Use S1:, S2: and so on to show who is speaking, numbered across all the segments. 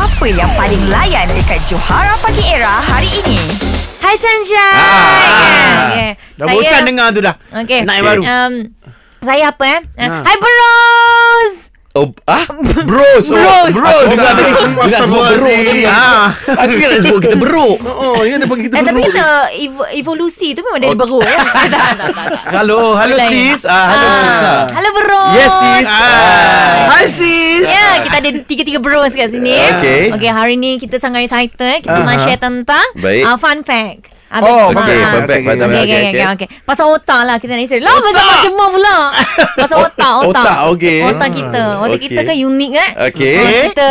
S1: Apa yang paling layan dekat Johara Pagi Era hari ini?
S2: Hai Sunshine.
S3: Ah.
S2: Yeah, yeah.
S3: Dah saya... bosan dengar tu dah.
S4: Oh,
S2: Okay.
S3: Nak yang baru.
S2: Um, saya apa eh? Ha.
S3: Ha.
S2: Hai bros.
S4: Oh, ah? Bros.
S2: Bros.
S4: Oh, bros.
S3: Bro,
S4: Ah,
S3: tadi-
S4: Dia nak sebut beruk tadi.
S3: Ah.
S4: Aku kan nak sebut kita beruk.
S3: Oh, dia nak panggil kita
S2: eh, tapi
S3: beruk.
S2: kita ev- evolusi tu memang dari
S4: Oh.
S2: beruk. ya? Tak, tak, tak, tak.
S4: Hello, hello
S2: Lain.
S4: sis. Ah, hello.
S2: Ah. Hello bros.
S4: Yes sis.
S3: Ah.
S4: Hi sis.
S2: Ya, yeah, kita ada tiga-tiga bros kat sini.
S4: Okay.
S2: Okay, hari ni kita sangat excited. Kita
S4: Aha.
S2: nak share tentang
S4: Baik.
S2: uh, fun fact. Habis
S3: Oh,
S2: tu,
S4: Okay,
S2: ah.
S4: perfect.
S3: Okay,
S4: Okay,
S2: Okay, okay, okay, okay. Pasal otak lah kita nak isi. Lama sangat cemar pula. Pasal otak, otak.
S4: Otak, okay. Hmm,
S2: Otak kita. Otak
S4: Okay.
S2: kita kan unik kan?
S4: Okay.
S2: Ah, Kita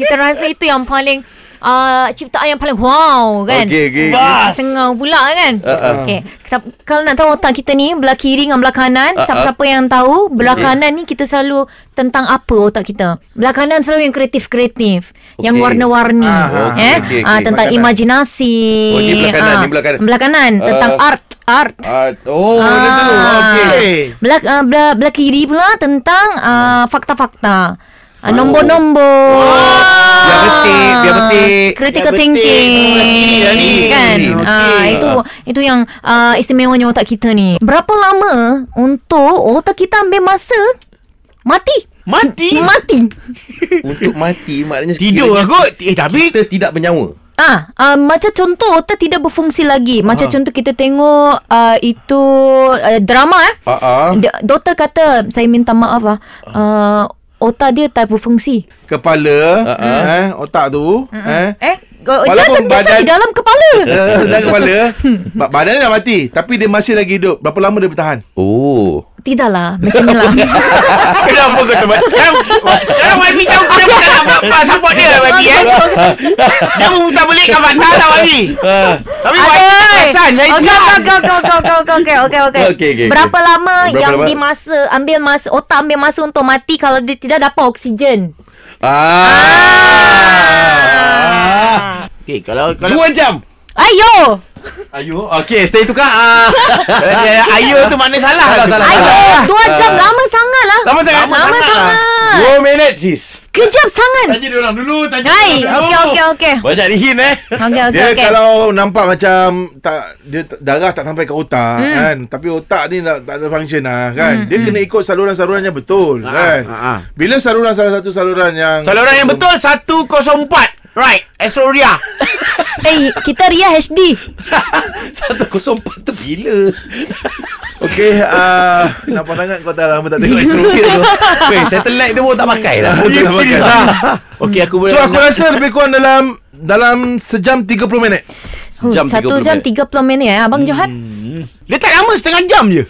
S2: kita rasa itu yang paling uh, ciptaan yang paling wow kan?
S4: Okay, okay.
S3: Bas.
S2: Tengah pula kan
S4: Uh-uh.
S2: Okay Sa- Kalau nak tahu otak kita ni Belah kiri dengan belah kanan
S4: Uh-uh.
S2: Siapa-siapa yang tahu Belah kanan ni kita selalu Tentang apa otak kita Belah kanan selalu yang kreatif-kreatif Yang
S4: Okay.
S2: warna-warni eh?
S4: Ah, okay, okay,
S2: Ah,
S4: okay.
S2: Tentang
S3: Belah kanan.
S2: imajinasi
S4: Oh, ni belah kanan,
S2: Ah,
S4: ni belah kanan.
S2: Belah kanan Tentang
S4: Uh,
S2: art Art
S4: Ah, oh, dia tu.
S2: Ah.
S4: Okay.
S2: Belah, uh, belah, belah kiri pula Tentang uh, fakta-fakta Uh, nombor-nombor
S4: Ah. Biar betik, biar betik.
S2: Critical
S3: Biar betik.
S2: thinking
S3: Belah kiri dah ni.
S2: Kan
S4: Okey.
S2: Ah, Itu itu yang uh, istimewanya otak kita ni Berapa lama untuk otak kita ambil masa Mati
S3: Mati.
S2: Mati
S4: Untuk mati maknanya
S3: Tidur lah kot. Eh, tapi
S4: Kita tidak bernyawa.
S2: Ah, uh, Macam contoh otak tidak berfungsi lagi Macam contoh kita tengok uh, Itu uh, drama eh
S4: Ah, ah.
S2: D- doktor kata saya minta maaf lah. Uh,
S3: Ah.
S2: otak dia tak berfungsi.
S3: kepala, eh, otak tu, eh.
S2: Eh? Uh, dia
S3: Walaupun
S2: sentiasa
S3: badan-
S2: di dalam kepala.
S3: Eh, dah kepala ba- Badan dia dah mati Tapi dia masih lagi hidup Berapa lama dia bertahan?
S4: Oh.
S2: Tidaklah, macam ni lah.
S3: Kenapa kau teman Sekarang Sekarang YB jauh Kenapa tak nak apa Support dia lah YB eh Dia pun tak boleh kat Fatah lah YB
S4: Ah.
S3: Tapi YB perasan Saya
S2: Okey,
S3: diam
S2: okey, okey, okey, okey, okey, okey, okey, okey.
S4: Okey, okey,
S2: Berapa
S4: okey.
S2: lama
S4: Berapa
S2: yang
S4: lama?
S2: di masa ambil masa otak ambil masa untuk mati kalau dia tidak dapat oksigen?
S4: Ah.
S3: Okay kalau kalau
S4: Dua jam.
S2: Ayo!
S4: Ayo. Okay, saya tukar. Ah.
S3: Ayo Eh, tu makna salah
S4: Salah,
S3: tu.
S4: salah.
S2: Ayo! Dua jam lama sangat lah.
S3: lah. Lama sangat.
S2: Lama
S3: Lama sangat lah.
S2: sangat.
S4: Dua minit sis.
S2: Kejap sangat.
S3: Tanya dia orang dulu Tanya
S2: Hai,
S3: dia orang
S2: okey,
S3: dulu
S2: okey, okey.
S4: Banyak di hint eh.
S2: Okey, okey,
S3: Dia
S2: okey.
S3: kalau nampak macam tak dia t- darah tak sampai ke otak hmm. kan tapi otak ni tak, tak ada function lah kan hmm. dia hmm. kena ikut saluran-saluran yang betul ha, kan
S5: ha, ha.
S3: bila saluran salah satu saluran yang
S5: Saluran yang betul 104 Right Astoria
S2: Eh, kita Ria HD.
S4: Satu kosong empat tu bila?
S3: okey uh, nampak sangat kau tak lama tak tengok SOP tu
S4: Weh, satellite tu pun tak pakai lah.
S3: Pun tak pakai.
S5: Okay aku boleh
S3: Ah. so aku rasa lebih kurang dalam dalam sejam 30 minit
S4: Jam
S2: Jam Satu
S4: 30
S2: jam
S4: minit.
S2: 30 minit eh Abang Johan
S5: Letak nama setengah jam je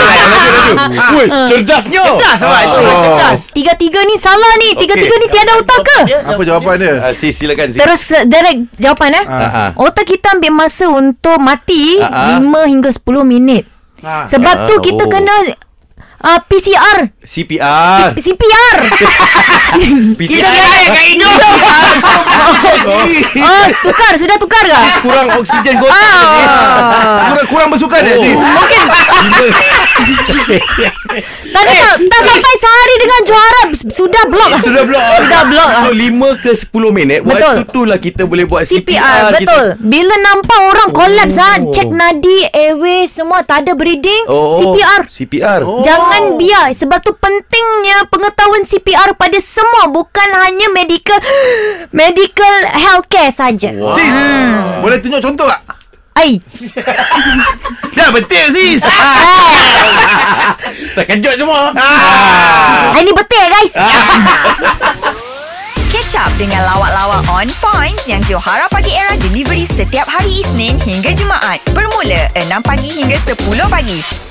S2: Ah.
S4: Weh, cerdasnya. Ah.
S5: Cerdas sebab tu
S3: Oh.
S5: Cerdas
S2: Tiga-tiga ni salah ni Tiga-tiga ni tiada otak ke?
S3: apa jawapan dia
S4: Ah, sis silakan sis.
S2: Terus uh, direct jawapan eh
S3: Ah,
S4: ah.
S2: Otak kita ambil masa untuk mati
S4: Ah, ah.
S2: lima hingga sepuluh minit Sebab
S4: Ah,
S2: tu kita
S4: oh.
S2: kena uh, PCR
S4: CPR.
S2: CPR
S4: PCR.
S2: Oh tukar Sudah tukar ke?
S4: Kurang oksigen kau.
S2: Ah.
S3: kurang, kurang bersukan
S5: Oh.
S3: dia Aziz.
S2: Oh. Mungkin Tak ada tak, tak sampai sehari dengan juara Sudah blok lah.
S4: Sudah blok
S2: Sudah blok ah.
S4: So 5 ke 10 minit
S2: Betul.
S4: Waktu tu lah kita boleh buat
S2: CPR,
S4: CPR,
S2: betul.
S4: kita.
S2: Bila nampak orang collapse ah, cek nadi, airway semua tak ada breathing,
S4: Oh, oh.
S2: CPR.
S4: CPR oh.
S2: Jangan biar sebab tu pentingnya pengetahuan CPR pada semua bukan hanya medical medical healthcare saja. Wow.
S3: Sis boleh tunjuk contoh tak
S2: Ai. Ah,
S3: dah betul sis
S4: Terkejut semua
S2: Ai ni betul Ah, guys.
S1: Catch up dengan lawak-lawak on points yang Johara Pagi Era delivery setiap hari Isnin hingga Jumaat. Bermula 6 pagi hingga 10 pagi.